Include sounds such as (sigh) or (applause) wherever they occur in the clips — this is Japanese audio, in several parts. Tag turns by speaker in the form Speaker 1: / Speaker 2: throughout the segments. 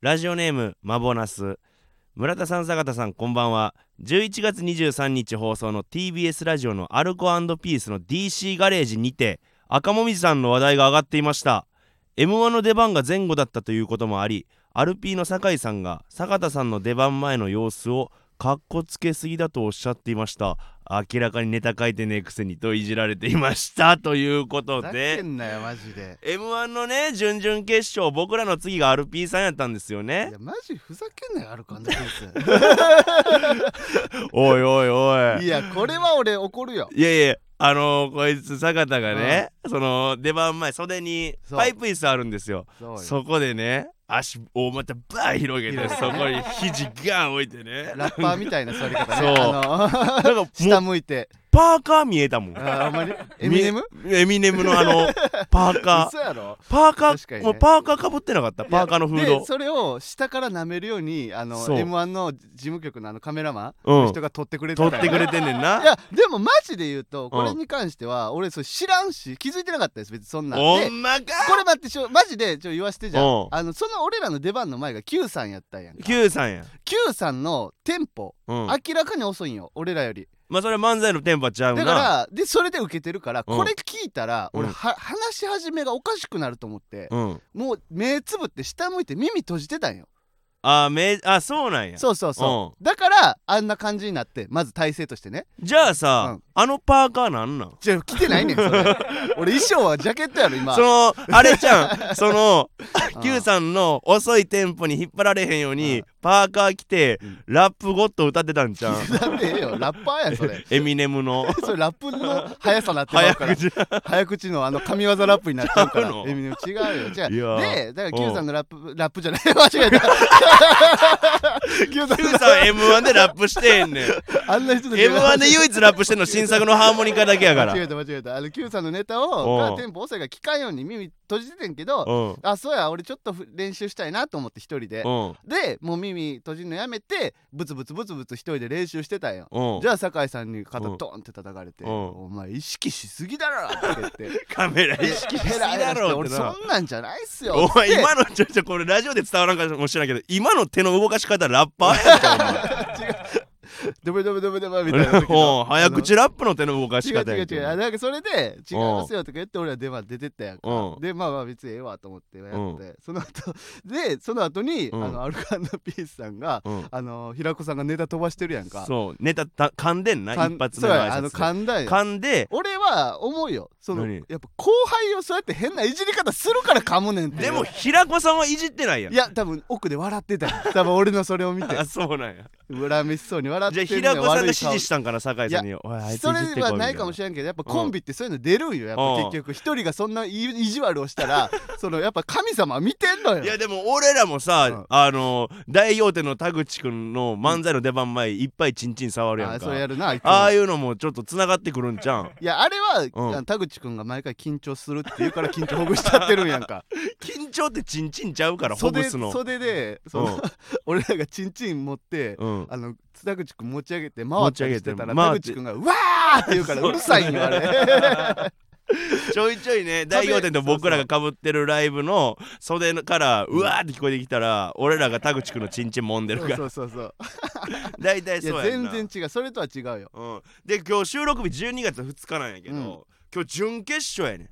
Speaker 1: ラジオネームマボナス村田さん坂田さんこんばんは11月23日放送の TBS ラジオのアルコピースの DC ガレージにて赤もみじさんの話題が上がっていました m 1の出番が前後だったということもありアルピーの酒井さんが坂田さんの出番前の様子をかっこつけすぎだとおっしゃっていました明らかにネタ書いてねえくせにといじられていましたということ
Speaker 2: ふざけ
Speaker 1: で
Speaker 2: んなよマジで
Speaker 1: m 1のね準々決勝僕らの次がアルピーさんやったんですよ
Speaker 2: い
Speaker 1: ね
Speaker 2: やマジふざけんなよアルコ
Speaker 1: (laughs)
Speaker 2: ピー
Speaker 1: おいおいお
Speaker 2: ス
Speaker 1: い
Speaker 2: いやこれは俺怒るよ
Speaker 1: いやいやあのーこいつ坂田がね、その出番前袖に
Speaker 2: そう
Speaker 1: パイプ椅子あるんですよ
Speaker 2: そうよ
Speaker 1: そこでね足をまたバー広げてそこに肘ガン置いてね
Speaker 2: ラッパーみたいな座り方ね
Speaker 1: そう
Speaker 2: あ
Speaker 1: なんかもう
Speaker 2: の下向いて
Speaker 1: パーカー見えたもん
Speaker 2: あーほんまにエミネム
Speaker 1: みエミネムのあ
Speaker 2: (laughs)
Speaker 1: のパーカー
Speaker 2: 嘘やろ
Speaker 1: パーカ
Speaker 2: 確か
Speaker 1: ー、
Speaker 2: にね
Speaker 1: もうパーカーかぶってなかったパーカーのフー
Speaker 2: で
Speaker 1: ド
Speaker 2: それを下から舐めるようにあの
Speaker 1: そう
Speaker 2: M1 の事務局のあのカメラマン
Speaker 1: うん
Speaker 2: 人が撮ってくれてた
Speaker 1: 取
Speaker 2: よ
Speaker 1: ってくれてんねん
Speaker 2: い
Speaker 1: な
Speaker 2: やでもマジで言うとこれに関しては俺それ知らんし気づいてなかったです別にそんなん
Speaker 1: ほ
Speaker 2: で
Speaker 1: んまか
Speaker 2: これ待ってちょマジでちょ言わしてじゃ
Speaker 1: うん
Speaker 2: んあのその俺らの出番の前が Q さんやったんやんか
Speaker 1: Q さんや
Speaker 2: Q さんのテンポ
Speaker 1: うん
Speaker 2: 明らかに遅いんよ俺らより
Speaker 1: まあそれは漫才のテンポはちゃう
Speaker 2: だか
Speaker 1: な
Speaker 2: らでそれで受けてるから
Speaker 1: うん
Speaker 2: これ聞いたら俺
Speaker 1: うん
Speaker 2: は話し始めがおかしくなると思って
Speaker 1: うん
Speaker 2: もう目つぶって下向いて耳閉じてたんよ
Speaker 1: あーめあそうなんや
Speaker 2: そうそうそううだからあんな感じになってまず体勢としてね
Speaker 1: じゃあさ
Speaker 2: うん
Speaker 1: あのパーカーなんなん
Speaker 2: じゃあ着てないねん
Speaker 1: (laughs)
Speaker 2: それ俺衣装はジャケットやろ今
Speaker 1: そのあれちゃん
Speaker 2: (laughs)
Speaker 1: その
Speaker 2: うん
Speaker 1: Q
Speaker 2: (laughs)
Speaker 1: さんの遅いテンポに引っ張られへんよう
Speaker 2: う
Speaker 1: に
Speaker 2: ん
Speaker 1: パーカー着て
Speaker 2: うん
Speaker 1: ラップゴッド歌ってたんちゃう
Speaker 2: だってええよラッパーや (laughs) んそ
Speaker 1: (laughs)
Speaker 2: れ
Speaker 1: エミネム
Speaker 2: (laughs)
Speaker 1: の
Speaker 2: それラップの速さなってま
Speaker 1: 早
Speaker 2: うから
Speaker 1: 口
Speaker 2: 早口のあの神業ラップになっちゃう
Speaker 1: (laughs)
Speaker 2: から
Speaker 1: 違うの
Speaker 2: エミネム違うよ違う
Speaker 1: いやー
Speaker 2: でだか
Speaker 1: う
Speaker 2: ら
Speaker 1: ん
Speaker 2: Q さんのラップラップじゃない
Speaker 1: (laughs)
Speaker 2: (laughs) 間違えた Q さん
Speaker 1: Q さん M1 でラップしてんねん
Speaker 2: (laughs) あんな人
Speaker 1: M1 で唯一ラップしてんの新作のハーモニカだけや
Speaker 2: (laughs)
Speaker 1: から
Speaker 2: 間違えた間違えたあの Q さんのネタ
Speaker 1: う
Speaker 2: を
Speaker 1: ん
Speaker 2: がテンポ遅いから聞かんように耳閉じててんけど
Speaker 1: うん
Speaker 2: あそうや俺ちょっとふ練習したいなと思って一人で
Speaker 1: うん
Speaker 2: でもう耳閉じるのやめてブツブツブツブツ一人で練習してたんよ
Speaker 1: うん
Speaker 2: じゃあ酒井さんに肩
Speaker 1: うん
Speaker 2: ドンって叩かれて「
Speaker 1: うん
Speaker 2: お前意識しすぎだろ!」って言って
Speaker 1: カメラ
Speaker 2: 「意
Speaker 1: (laughs) 意識
Speaker 2: 識
Speaker 1: し
Speaker 2: し
Speaker 1: す
Speaker 2: す
Speaker 1: ぎ
Speaker 2: ぎ
Speaker 1: だ
Speaker 2: だろ!」
Speaker 1: ろ
Speaker 2: っ
Speaker 1: ってて
Speaker 2: 俺
Speaker 1: な
Speaker 2: そんなんじゃないっすよ
Speaker 1: お前
Speaker 2: って
Speaker 1: 今のちょちょこれラジオで伝わらんかもしれないけど今の手の動かし方ラッパーやんか
Speaker 2: ドブドブドブドブ
Speaker 1: お
Speaker 2: みたい
Speaker 1: 前
Speaker 2: な時の
Speaker 1: うん (laughs) 早口ラップの手の動かし
Speaker 2: 違う
Speaker 1: 方や
Speaker 2: 違うん
Speaker 1: け
Speaker 2: 違うあなんかそれで「違いますよ」とか言って俺は出番出てったやんか
Speaker 1: うん
Speaker 2: でまあまあ別にええわと思ってやって、
Speaker 1: うん
Speaker 2: その後でその後に、
Speaker 1: うん
Speaker 2: あのアルカンのピースさんが、
Speaker 1: うん
Speaker 2: あの平子さんがネタ飛ばしてるやんか
Speaker 1: そうネタた噛んでんな
Speaker 2: かん
Speaker 1: 一発
Speaker 2: そ
Speaker 1: 目
Speaker 2: う
Speaker 1: の
Speaker 2: やあ
Speaker 1: 挨
Speaker 2: の
Speaker 1: 拶
Speaker 2: 噛んだん
Speaker 1: で
Speaker 2: よ
Speaker 1: 噛んで
Speaker 2: 俺は思うよその
Speaker 1: 何
Speaker 2: やっぱ後輩をそうやって変ないじり方するから噛むねんって
Speaker 1: でも平子さんはいじってないやん
Speaker 2: いや多分奥で笑ってたよ多分俺のそれを見
Speaker 1: (laughs)
Speaker 2: て
Speaker 1: あそうなんや
Speaker 2: 恨めしそうに笑っ
Speaker 1: じゃ
Speaker 2: て
Speaker 1: あ
Speaker 2: んね
Speaker 1: 平子さんが
Speaker 2: 悪い
Speaker 1: 指
Speaker 2: 顔
Speaker 1: 示したんかな酒井さんにおいあいつい
Speaker 2: そ
Speaker 1: じってこ
Speaker 2: れ
Speaker 1: い
Speaker 2: は
Speaker 1: みた
Speaker 2: ないいか
Speaker 1: な
Speaker 2: もしれんけどやっぱコンビってそういうの出るんよやっぱ
Speaker 1: うん
Speaker 2: 結局一人がそんな意意地悪をしたらそのやっぱ神様は見てんの
Speaker 1: いや
Speaker 2: よ
Speaker 1: でも俺らもさ、
Speaker 2: うん
Speaker 1: あの大王手の田口くんの漫才の出番前、いっぱいチンチン触るや
Speaker 2: あ
Speaker 1: ん
Speaker 2: そ
Speaker 1: か
Speaker 2: れやるないつも
Speaker 1: ああいうのもちょっとつながってくるんじゃん (laughs)
Speaker 2: いやあれは、
Speaker 1: うん
Speaker 2: あの田口くんが毎回緊張するっていうから緊張ほぐしちゃってるんやんか
Speaker 1: 緊張ってチンチンちゃうからほぐ
Speaker 2: 袖
Speaker 1: すの
Speaker 2: 袖でその、俺らがチンチン持って、
Speaker 1: うん、うん
Speaker 2: あの田口くん持ち上げて回ったりしてたら田
Speaker 1: 持ち上げて
Speaker 2: 口くんが「うわー!」って言うから
Speaker 1: そう
Speaker 2: うるさいんよあれ
Speaker 1: ちょいちょい
Speaker 2: (laughs)
Speaker 1: ね大仰天と僕らがかぶってるライブの袖からうわーって聞こえてきたら俺らが田口くんのチンチン揉んでるから
Speaker 2: そうそうそう
Speaker 1: 大体
Speaker 2: いや
Speaker 1: そうやんな
Speaker 2: 全然違うそれとは違うよ
Speaker 1: うん、で今日収録日12月2日なんやけど、
Speaker 2: うん
Speaker 1: 今日準決勝やねん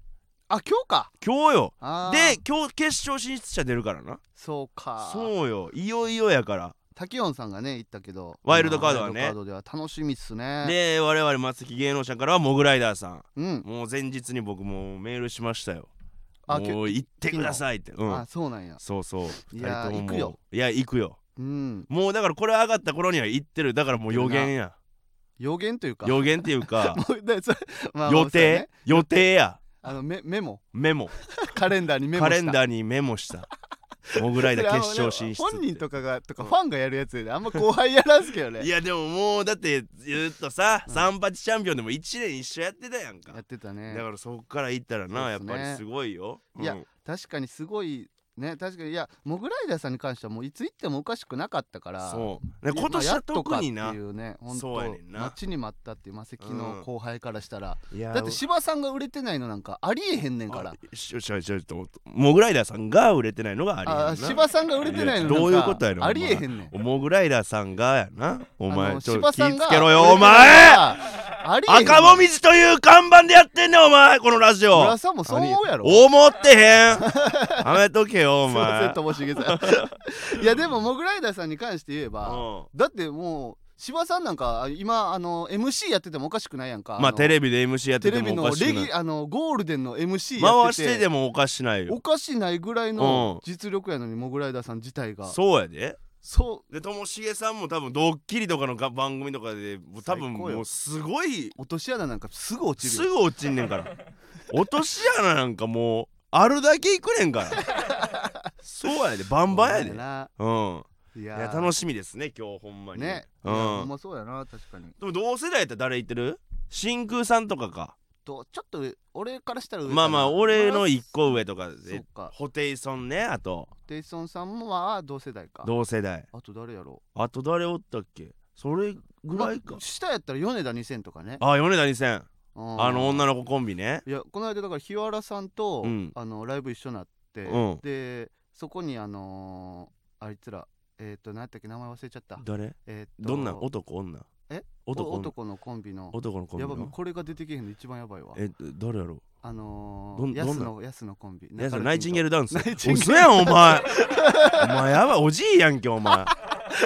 Speaker 2: あ今日か
Speaker 1: 今日よ
Speaker 2: あー
Speaker 1: で今日決勝進出者出るからな
Speaker 2: そうか
Speaker 1: そうよいよいよやから
Speaker 2: 滝音さんがね言ったけど
Speaker 1: ワイルドカードはね
Speaker 2: ワイルドカードでは楽しみっすね
Speaker 1: で我々松木芸能者からはモグライダーさん
Speaker 2: うん
Speaker 1: もう前日に僕もうメールしましたよ
Speaker 2: あ
Speaker 1: もう行ってくださいってう
Speaker 2: あ
Speaker 1: ん
Speaker 2: そうなんや
Speaker 1: そうそう
Speaker 2: いやー
Speaker 1: 二人とも
Speaker 2: 行くよ
Speaker 1: いや行くよ
Speaker 2: うん
Speaker 1: もうだからこれ上がった頃には行ってるだからもう予言や
Speaker 2: 予言というか
Speaker 1: 予言っていうか
Speaker 2: (laughs) もうだそれまあまあ
Speaker 1: 予
Speaker 2: そうや
Speaker 1: 定
Speaker 2: ね
Speaker 1: 予定や
Speaker 2: あのメメモ (laughs)
Speaker 1: メモ
Speaker 2: カレンダーにメモ
Speaker 1: カ
Speaker 2: した
Speaker 1: レンダーにメモしたモグライダー決勝進出
Speaker 2: それはあのね本人
Speaker 1: って
Speaker 2: とかがとか
Speaker 1: うん
Speaker 2: ファンがやるやつやであんま後輩やらんすけど
Speaker 1: (laughs)
Speaker 2: ね
Speaker 1: いやでももうだってずっとさ三八チャンピオンでも一年一緒やってたやんか
Speaker 2: やってたね
Speaker 1: だからそこから行ったらな、
Speaker 2: そう
Speaker 1: やっ
Speaker 2: っすね
Speaker 1: ぱりすごいよ。
Speaker 2: いや
Speaker 1: うん
Speaker 2: 確かにすごいね確かにいやモグライダーさんに関してはもういつ行ってもおかしくなかったから
Speaker 1: そうね
Speaker 2: いや
Speaker 1: 今年
Speaker 2: まあや
Speaker 1: は
Speaker 2: っとか
Speaker 1: 特
Speaker 2: って
Speaker 1: にな、
Speaker 2: いうね本当
Speaker 1: そうやねんな
Speaker 2: 待ちに待ったっていうマセキの後輩からしたら、
Speaker 1: いや
Speaker 2: だって柴さんが売れてないのなんかありえへんねんから
Speaker 1: あしょしょしょちょっとモグライダーさんが売れてないのがありやんな
Speaker 2: あ柴さんが売れてないのなん
Speaker 1: い
Speaker 2: か
Speaker 1: やどういうことやねんお前
Speaker 2: ありえへんねん
Speaker 1: モグライダーさんがやなお
Speaker 2: あ
Speaker 1: 前
Speaker 2: の
Speaker 1: ちょっ
Speaker 2: 柴
Speaker 1: と気
Speaker 2: さん
Speaker 1: ぃ
Speaker 2: が
Speaker 1: つけろよお前
Speaker 2: ありえへん
Speaker 1: 赤もみじという看板でやってんねんお前このラジ
Speaker 2: 村
Speaker 1: オ
Speaker 2: さんもそう思うやろ
Speaker 1: 思って
Speaker 2: (laughs)
Speaker 1: へんやめとけよお
Speaker 2: すいません
Speaker 1: 前
Speaker 2: ともしげさんいやでもモグライダーさんに関して言えば、
Speaker 1: うん
Speaker 2: だってもう柴さんなんか今あの MC やっててもおかしくないやんか
Speaker 1: まあ
Speaker 2: の
Speaker 1: テレビで MC やって
Speaker 2: テ
Speaker 1: て
Speaker 2: レビ
Speaker 1: もお
Speaker 2: の
Speaker 1: かし
Speaker 2: レ
Speaker 1: くない
Speaker 2: ギあのゴールデンの MC や
Speaker 1: 回
Speaker 2: っ
Speaker 1: して
Speaker 2: て
Speaker 1: て
Speaker 2: て
Speaker 1: でもおかしないよ
Speaker 2: おかしないぐらい
Speaker 1: うん
Speaker 2: の実力やのにモグライダーさん自体が
Speaker 1: そうやで
Speaker 2: そう
Speaker 1: でともしげさんも多分ドッキリとかのが番組とかで多分
Speaker 2: 最高よ
Speaker 1: もうすごい
Speaker 2: 落とし穴なんかすぐ落ち
Speaker 1: す
Speaker 2: るよ
Speaker 1: ぐ落ちんねんから落とし穴なんかもうあるだけいくねんから
Speaker 2: (laughs)
Speaker 1: そうやでバンバンやでう
Speaker 2: ほん
Speaker 1: ん
Speaker 2: まないいや
Speaker 1: や楽しみですね今日ほんまに
Speaker 2: ね
Speaker 1: う
Speaker 2: いやほん
Speaker 1: ん
Speaker 2: まそうやな確かに
Speaker 1: でも同世代やったら誰言ってる真空さんとかか
Speaker 2: とちょっと俺からしたら上かな
Speaker 1: まあまあ俺の一個上とか
Speaker 2: そ
Speaker 1: で
Speaker 2: うか
Speaker 1: ホテイソンねあと
Speaker 2: デイソンさんもまあ同世代か
Speaker 1: 同世代
Speaker 2: あと誰やろ
Speaker 1: あと誰おったっけそれ
Speaker 2: う
Speaker 1: ぐらいか
Speaker 2: まあ下やったら米田2000とかね
Speaker 1: あ米田2000
Speaker 2: あ
Speaker 1: あの女の子コンビね
Speaker 2: いやこの間だから日原さんと、
Speaker 1: うん
Speaker 2: あのライブ一緒になって、
Speaker 1: うん
Speaker 2: でそこにあのーあいつらえっ、と何やったっけ名前忘れちゃった
Speaker 1: 誰
Speaker 2: えーと
Speaker 1: どんな男女
Speaker 2: え
Speaker 1: 男
Speaker 2: お
Speaker 1: 女
Speaker 2: 男のコンビの
Speaker 1: 男のコンビ
Speaker 2: や
Speaker 1: の
Speaker 2: ばいもうこれが出てけへんの一番やばいわ
Speaker 1: え誰やろう
Speaker 2: あの
Speaker 1: どん
Speaker 2: ー、やす
Speaker 1: どん
Speaker 2: のやすのコンビ
Speaker 1: ねそれナイチンゲール
Speaker 2: ル
Speaker 1: ダンス
Speaker 2: ナイチンゲー
Speaker 1: 嘘
Speaker 2: ル
Speaker 1: やんお前
Speaker 2: (laughs)
Speaker 1: お前やばいおじいやんけお前な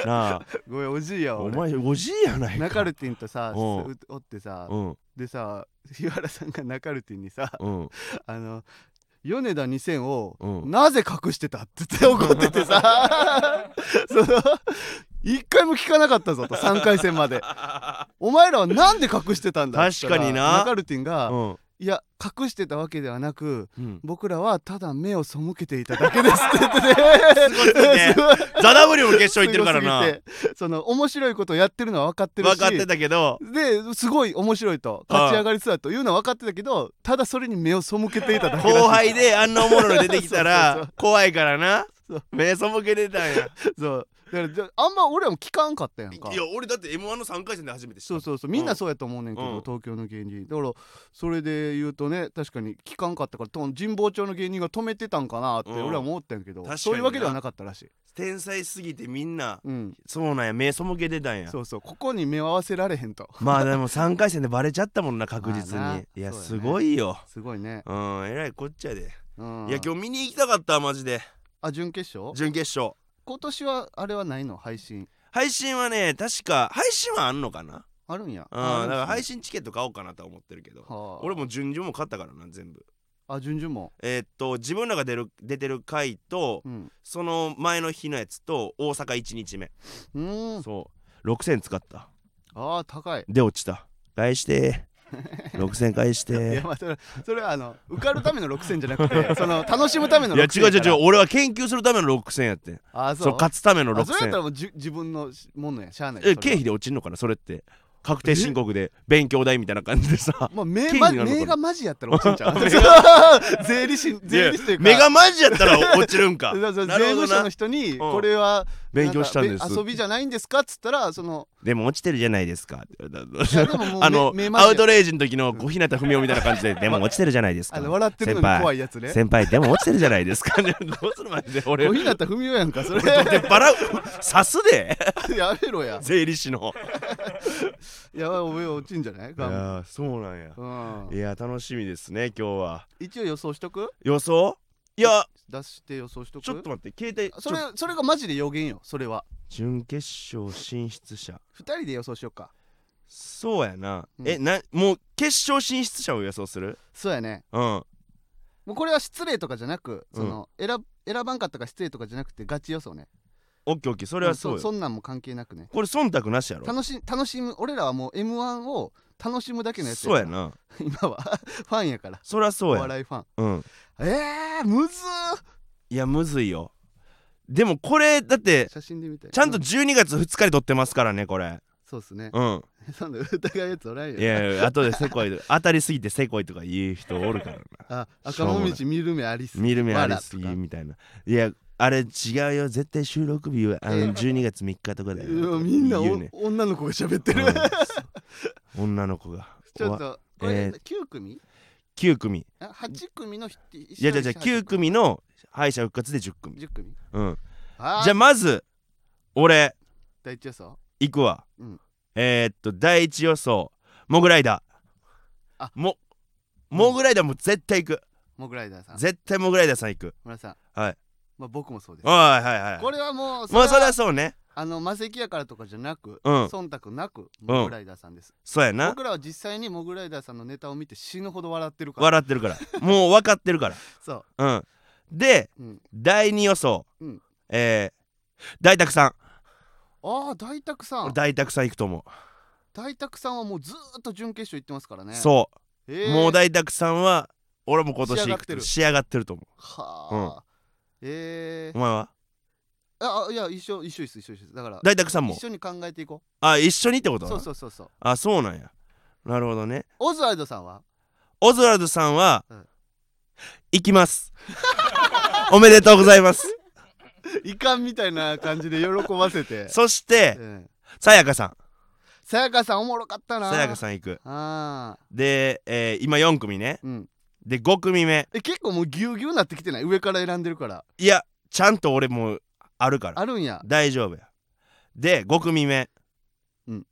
Speaker 1: あ
Speaker 2: ごめんおじいやわ
Speaker 1: お
Speaker 2: 俺
Speaker 1: 前おじいやない
Speaker 2: ナ
Speaker 1: か
Speaker 2: カルティンとさ
Speaker 1: うん
Speaker 2: おってさ
Speaker 1: うん
Speaker 2: でさ日原さんがナカルティンにさ (laughs)
Speaker 1: うん
Speaker 2: あの米田2000を
Speaker 1: うん
Speaker 2: なぜ隠してたって言って怒っててさ (laughs) その一回も聞かなかったぞと3回戦までお前らはなんで隠してたんだ
Speaker 1: 確かにな
Speaker 2: って言ったらナカルティン
Speaker 1: う
Speaker 2: が、
Speaker 1: ん
Speaker 2: いや隠してたわけではなく
Speaker 1: うん
Speaker 2: 僕らはただ目を背けていただけですっ
Speaker 1: (laughs)
Speaker 2: て言ってて
Speaker 1: ごいね
Speaker 2: (laughs) すごい
Speaker 1: ザ・ダブリも決勝行ってるからな
Speaker 2: すごすぎてその面白いことをやってるのは分かってるし
Speaker 1: 分かってたけ
Speaker 2: (laughs)
Speaker 1: ど
Speaker 2: ですごい面白いと勝ち上がりそうだというのは分かってたけどただそれに目を背けていただけらしい
Speaker 1: 後輩であんなおもろいの出てきた
Speaker 2: (laughs) そうそう
Speaker 1: ら
Speaker 2: そ
Speaker 1: 怖いからな
Speaker 2: そう
Speaker 1: 目そぼけてたんや
Speaker 2: そうだからじゃあんま俺らも聞かんかったやんか
Speaker 1: いや俺だって m 1の3回戦で初めて知った
Speaker 2: そうそうそうみんなそうやと思うねんけど、
Speaker 1: うん
Speaker 2: 東京の芸人だからそれで言うとね確かに聞かんかったからと神保町の芸人が止めてたんかなって
Speaker 1: うん
Speaker 2: 俺は思ったんやけど、
Speaker 1: 確かにな
Speaker 2: そういうわけではなかったらしい、
Speaker 1: 天才すぎてみんな
Speaker 2: うん、
Speaker 1: そうなんや目そぼけてたんや
Speaker 2: そうそうここに目を合わせられへんと
Speaker 1: まあでも3回戦でバレちゃったもんな確実
Speaker 2: まあな
Speaker 1: にいや
Speaker 2: そうやね
Speaker 1: すごいよ
Speaker 2: すごいね、
Speaker 1: うんえらいこっちゃで
Speaker 2: うん、
Speaker 1: いや今日見に行きたかったマジで
Speaker 2: あ準決勝
Speaker 1: 準決勝
Speaker 2: 今年はあれはないの配信
Speaker 1: 配信はね確か配信はあんのかな
Speaker 2: あるんや
Speaker 1: うん
Speaker 2: あ
Speaker 1: だから配
Speaker 2: 信
Speaker 1: 信チケット買おうかなとは思ってるけど
Speaker 2: はあ、
Speaker 1: 俺も順々も買ったからな全部
Speaker 2: あ順々も
Speaker 1: えーっと自分らが出る出てる回と
Speaker 2: うん
Speaker 1: その前の日のやつと大阪1日目
Speaker 2: うーん
Speaker 1: そう6000使った
Speaker 2: あー高い
Speaker 1: で落ちた返
Speaker 2: (laughs)
Speaker 1: してー6000返し
Speaker 2: い
Speaker 1: て
Speaker 2: やまあそれそれはあの受かるための6000じゃな
Speaker 1: (laughs)
Speaker 2: くてその楽しむための
Speaker 1: ーいや
Speaker 2: 6000
Speaker 1: 違う違う違
Speaker 2: う
Speaker 1: う俺は研究するための6000やってん
Speaker 2: あー
Speaker 1: そう
Speaker 2: そう
Speaker 1: 勝つための
Speaker 2: あそれやっ
Speaker 1: 6000
Speaker 2: たらもうじ自分のしものやしゃあない
Speaker 1: え
Speaker 2: それ
Speaker 1: 経
Speaker 2: は
Speaker 1: 費で落ちんのかなそれって確定申告で勉強代みたいな感じでさ
Speaker 2: ま
Speaker 1: 経
Speaker 2: あ名
Speaker 1: 費
Speaker 2: ま
Speaker 1: になるのかな
Speaker 2: 名がマジやったら落ち
Speaker 1: (laughs)
Speaker 2: んちゃ
Speaker 1: 名
Speaker 2: う (laughs) 税理士税理士というか
Speaker 1: 目がマジやったら落ちるんか
Speaker 2: (laughs) そうそう
Speaker 1: な
Speaker 2: 税
Speaker 1: るほど
Speaker 2: 務署の
Speaker 1: な
Speaker 2: 人にこれは
Speaker 1: 勉強したんです
Speaker 2: なんかべ遊びじゃないんですかっつったら
Speaker 1: (laughs)
Speaker 2: その
Speaker 1: でも落ちてるじゃないですか
Speaker 2: いやでももう
Speaker 1: あの
Speaker 2: 目目マジ
Speaker 1: ア
Speaker 2: や
Speaker 1: ウトレイジの時の小日向文雄みたいな感 (laughs) じででも落ちてるじゃないですか
Speaker 2: あの笑ってるのに怖いやつね
Speaker 1: 先輩でも落ちてるじゃないです (laughs) かどうするまで俺
Speaker 2: 小日向文雄やんか
Speaker 1: (laughs)
Speaker 2: それ
Speaker 1: でバラ刺す (laughs) で
Speaker 2: (laughs) やめろや
Speaker 1: 税理士の
Speaker 2: いやおめえ落ちんじゃない
Speaker 1: い
Speaker 2: が
Speaker 1: やそうなんや
Speaker 2: うん
Speaker 1: いや楽しみですね今日は
Speaker 2: 一応予想しとく
Speaker 1: 予想いや
Speaker 2: 出して予想しとく
Speaker 1: ちょっと待って携帯
Speaker 2: それ
Speaker 1: ちょ
Speaker 2: それがマジで予言よそれは
Speaker 1: 準決勝進出者
Speaker 2: 二人で予想しようか
Speaker 1: そうやな、
Speaker 2: うん
Speaker 1: えなもう決勝進出者を予想する
Speaker 2: そうやね
Speaker 1: うん
Speaker 2: もうこれは失礼とかじゃなくその、選選ばんかったから失礼とかじゃなくてガチ予想ね
Speaker 1: オッケーオッケーそれはそうよ
Speaker 2: んそんなんも関係なくね
Speaker 1: これ忖度なしやろ
Speaker 2: 楽し楽しむ俺らはもう m 1を楽しむだけのやつ
Speaker 1: そうや
Speaker 2: から
Speaker 1: な
Speaker 2: 今は (laughs) ファンやから
Speaker 1: そりゃ
Speaker 2: お
Speaker 1: そうや
Speaker 2: 笑いファン
Speaker 1: うん
Speaker 2: えー、むず
Speaker 1: いやむずいよでもこれだって
Speaker 2: ー写真で見て
Speaker 1: ちゃんと
Speaker 2: う
Speaker 1: 12月2日に撮ってますからねこれ
Speaker 2: そうっすね。
Speaker 1: うん
Speaker 2: (laughs) なんで疑うやつおらんよ。
Speaker 1: いやいや後でせこい
Speaker 2: (laughs)
Speaker 1: と当たりすぎてせこいとか言う人おるからな
Speaker 2: あ、赤もみじ見る目ありっす。
Speaker 1: 見る目ありすぎ
Speaker 2: わらとか
Speaker 1: みたいないやあれ違うよ絶対収録日はあ
Speaker 2: え
Speaker 1: の12月3日とかだよ
Speaker 2: うわみんなお
Speaker 1: 言うね
Speaker 2: 女の子が喋ってる。 (laughs)
Speaker 1: うん女の子が
Speaker 2: ちょっと、こ
Speaker 1: え
Speaker 2: れ
Speaker 1: ー
Speaker 2: 9組
Speaker 1: 9組
Speaker 2: あ ?8 組の人
Speaker 1: いやじゃあじゃあ9。組の敗者復活で10組、
Speaker 2: 10組
Speaker 1: うん、
Speaker 2: あ
Speaker 1: じゃあまず俺
Speaker 2: 第一予想
Speaker 1: 行くわ、
Speaker 2: うん
Speaker 1: えー、っと第一予想モグライダー
Speaker 2: あ
Speaker 1: もモグライダーも絶対行く
Speaker 2: モグライダーさん。
Speaker 1: 絶対モグライダーさん行く
Speaker 2: 村さん。
Speaker 1: はい。
Speaker 2: まあ僕もそうです。
Speaker 1: はいはいはい
Speaker 2: これはも
Speaker 1: も
Speaker 2: う、
Speaker 1: うそ
Speaker 2: れ
Speaker 1: り
Speaker 2: は
Speaker 1: ゃそうね
Speaker 2: あの、魔石やからとかじゃなく、
Speaker 1: うん
Speaker 2: 忖度なく、モグライダーさんです。
Speaker 1: そうやな
Speaker 2: 僕らは実際にモグライダーさんのネタを見て死ぬほど笑ってるから。
Speaker 1: 笑ってるからもう分かってるか
Speaker 2: そ
Speaker 1: らうんで
Speaker 2: う。うん。
Speaker 1: 第二予想、
Speaker 2: うん
Speaker 1: えー、大沢さん
Speaker 2: ああ、大沢さ
Speaker 1: 俺
Speaker 2: ん。
Speaker 1: 大沢さん行くと思う、
Speaker 2: 大沢さんはもうずーっと準決勝行ってますからね。う。
Speaker 1: そ
Speaker 2: え
Speaker 1: う
Speaker 2: ー、
Speaker 1: もう大沢さんは俺も今年行くと仕上がってると思う
Speaker 2: はあ。え
Speaker 1: お
Speaker 2: ー、
Speaker 1: 前は
Speaker 2: ああいや一緒一緒です一緒ですだから
Speaker 1: 大沢さんも
Speaker 2: 一緒に考えていこ
Speaker 1: あ一緒にってこと
Speaker 2: う
Speaker 1: な
Speaker 2: そうそうそうそう
Speaker 1: あそうなんやなるほどね
Speaker 2: オズワルドさんは
Speaker 1: オズワルドさんは、
Speaker 2: うん
Speaker 1: 行きますおめでとうございます
Speaker 2: (laughs) いかんみたいな感じで喜ばせ
Speaker 1: (laughs)
Speaker 2: て
Speaker 1: そして
Speaker 2: うん
Speaker 1: さやかさん
Speaker 2: さやかさんおもろかったな
Speaker 1: さやか
Speaker 2: ん
Speaker 1: さん行く
Speaker 2: ああ
Speaker 1: で、えー今4組ね
Speaker 2: うん
Speaker 1: で5組目
Speaker 2: え結構もうぎゅうぎゅうなってきてない上から選んでるから
Speaker 1: いやちゃんと俺もうあるから
Speaker 2: あるんや
Speaker 1: 大丈夫やで5組目
Speaker 2: うん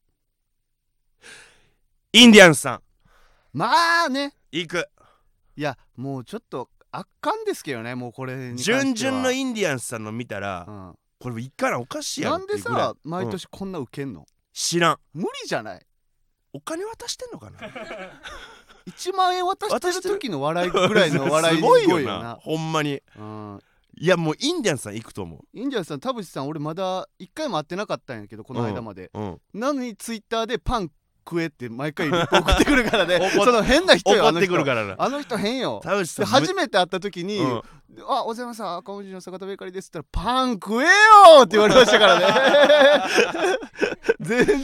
Speaker 1: インディアンスさん
Speaker 2: まあね
Speaker 1: 行く
Speaker 2: いやもうちょっと圧巻ですけどねもうこれに関しては
Speaker 1: 順々のインディアンスさんの見たら、
Speaker 2: うん
Speaker 1: これいかなおかしいや
Speaker 2: なん
Speaker 1: っ
Speaker 2: ん
Speaker 1: てい
Speaker 2: で
Speaker 1: うぐらい
Speaker 2: さ毎年こんなウケんの
Speaker 1: 知らん
Speaker 2: 無理じゃない
Speaker 1: お金渡してんのかな
Speaker 2: 1万円渡して
Speaker 1: 渡し
Speaker 2: る
Speaker 1: てる
Speaker 2: 時の笑いぐらいの笑
Speaker 1: (laughs)
Speaker 2: い
Speaker 1: すごいよなほんまに
Speaker 2: うん
Speaker 1: いやもうインディアンスさん行くと思
Speaker 2: インディアンスさん田淵さん俺まだ1回も会ってなかったんやけどこの間まで、
Speaker 1: う、うん、
Speaker 2: なのにツイッターでパン食えって毎回送ってくるからね
Speaker 1: (laughs) 怒っ
Speaker 2: その変な人よ
Speaker 1: 怒
Speaker 2: あ
Speaker 1: っ
Speaker 2: の
Speaker 1: て
Speaker 2: 人
Speaker 1: くるからな
Speaker 2: あの人変よ
Speaker 1: 田口さ
Speaker 2: で
Speaker 1: ん
Speaker 2: 初めて会った時に「
Speaker 1: うん
Speaker 2: あおはようございます赤文字の坂田ベーカリーです」って言ったら「パン食えよ!」って言われまし
Speaker 1: (laughs)
Speaker 2: たからね全然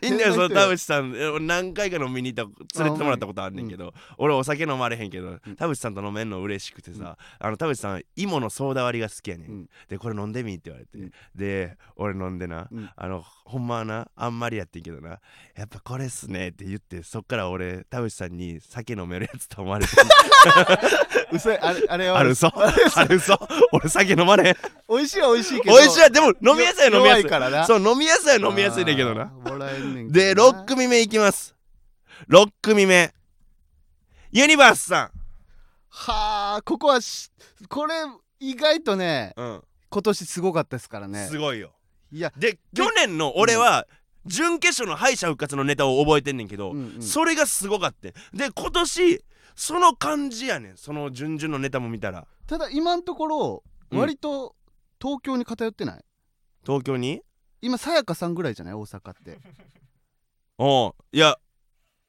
Speaker 1: インディアンスの
Speaker 2: 変
Speaker 1: 田
Speaker 2: な人よ
Speaker 1: 淵さんえ俺何回か飲みに行った連れてってもらったことあんねんけど、俺お酒飲まれへんけど、田淵さんと飲めんの嬉しくてさ、あの田淵さん芋のソーダ割りが好きやねん、
Speaker 2: うん
Speaker 1: でこれ飲んでみって言われて、
Speaker 2: うん
Speaker 1: で俺飲んでな、
Speaker 2: うん
Speaker 1: あのほんまはなあんまりやってんけどなやっぱこれっすねって言ってそっから俺田淵さんに酒飲めるやつと思われて
Speaker 2: (laughs) 嘘やあれあれは
Speaker 1: ある嘘ある嘘俺酒飲まれへん
Speaker 2: (laughs) 美味しいは美味しいけ
Speaker 1: 美
Speaker 2: ど
Speaker 1: 味しいわでも飲みやすいは飲みや
Speaker 2: 弱
Speaker 1: す
Speaker 2: い
Speaker 1: い
Speaker 2: からな
Speaker 1: そう飲みやすいは飲みやすいねんけど
Speaker 2: あ
Speaker 1: な
Speaker 2: ーもらえんねん
Speaker 1: で
Speaker 2: けどな
Speaker 1: 6組目いきます6組目ユニバースさ
Speaker 2: はあここはしこれ意外とね
Speaker 1: ん、うん
Speaker 2: 今年すごかったですからね
Speaker 1: すごいよ
Speaker 2: いや、
Speaker 1: で去年の俺は準決勝の敗者復活のネタを覚えてんねんけど、
Speaker 2: うんうん
Speaker 1: それがすごかってで今年その感じやねんその準々のネタも見たら
Speaker 2: ただ今のところ
Speaker 1: うん
Speaker 2: 割と東京に偏ってない
Speaker 1: 東京に
Speaker 2: 今さやかさんぐらいじゃない大阪って
Speaker 1: おういや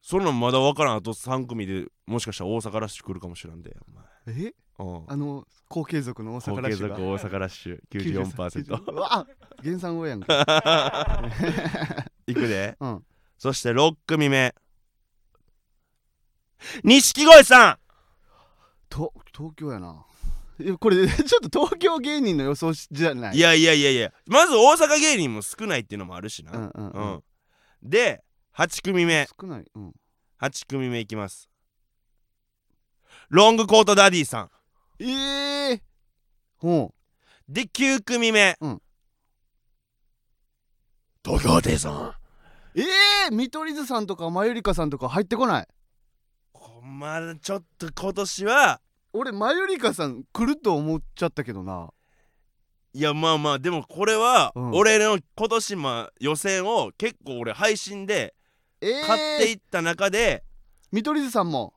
Speaker 1: そんなんまだ分からんあと3組でもしかしたら大阪ラッシュ来るかもしらんでお前
Speaker 2: え
Speaker 1: おう
Speaker 2: あの後継族の大
Speaker 1: 後
Speaker 2: 阪ら
Speaker 1: 継
Speaker 2: しい
Speaker 1: 続大阪ラッ
Speaker 2: (laughs)
Speaker 1: シュ94%
Speaker 2: うわ原産親やんか (laughs)
Speaker 1: いくで
Speaker 2: うん
Speaker 1: そして6組目錦鯉さん
Speaker 2: と東京やなえこれ (laughs) ちょっと東京芸人の予想しじゃない
Speaker 1: いやいやいやいやまず大阪芸人も少ないっていうのもあるしな
Speaker 2: うんうん
Speaker 1: う
Speaker 2: うん、
Speaker 1: んで8組目
Speaker 2: 少ない、うん、
Speaker 1: 8組目いきますロングコートダディさん
Speaker 2: ええほ
Speaker 1: で9組目、
Speaker 2: うん
Speaker 1: 東京ホテイソン
Speaker 2: うええ見取り図さんとかマユリカさんとか入ってこない
Speaker 1: こまだちょっと今年は
Speaker 2: 俺マユリカさん来ると思っちゃったけどない
Speaker 1: やまあまあでもこれは
Speaker 2: うん
Speaker 1: 俺の今年まあ予選を結構俺配信で
Speaker 2: ええ
Speaker 1: 買っていった中で、
Speaker 2: 見取り図さんも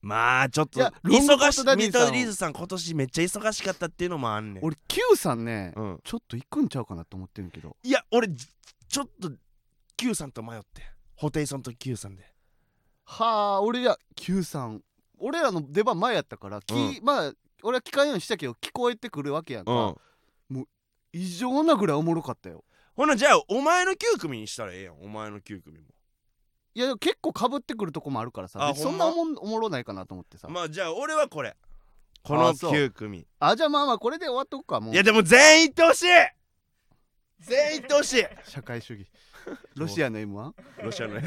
Speaker 1: まあちょっと
Speaker 2: いやロングコ
Speaker 1: 忙
Speaker 2: ー
Speaker 1: し
Speaker 2: ト
Speaker 1: い
Speaker 2: ダデ
Speaker 1: 見
Speaker 2: ィさんを
Speaker 1: 取り図さん今年めっちゃ忙しかったっていうのもあんねん
Speaker 2: 俺 Q さんね、
Speaker 1: うん、
Speaker 2: ちょっと行くんちゃうかなと思ってるけど
Speaker 1: いや俺じちょっと Q さんと迷ってホテイソンと Q さんで
Speaker 2: はあ俺ら Q さん俺らの出番前やったから、き
Speaker 1: うん
Speaker 2: まあ俺は聞かんようにしたけど聞こえてくるわけやん
Speaker 1: う
Speaker 2: か、
Speaker 1: ん
Speaker 2: 異常なぐらいおもろかったよ
Speaker 1: ほなじゃあお前の9組にしたらええやんお前の9組も
Speaker 2: いやでも結構かぶってくるとこもあるからさ
Speaker 1: あ
Speaker 2: 別にそんなおもんおもろないかなと思ってさ、
Speaker 1: まあじゃあ俺はこれこ
Speaker 2: あ
Speaker 1: の
Speaker 2: ーそう
Speaker 1: 9組
Speaker 2: あじゃあまあまあこれで終わっとくかもう
Speaker 1: いやでも全員いってほしい全員いってほしい
Speaker 2: 社
Speaker 1: (laughs)
Speaker 2: 会主義ロシアの M1
Speaker 1: ロシアの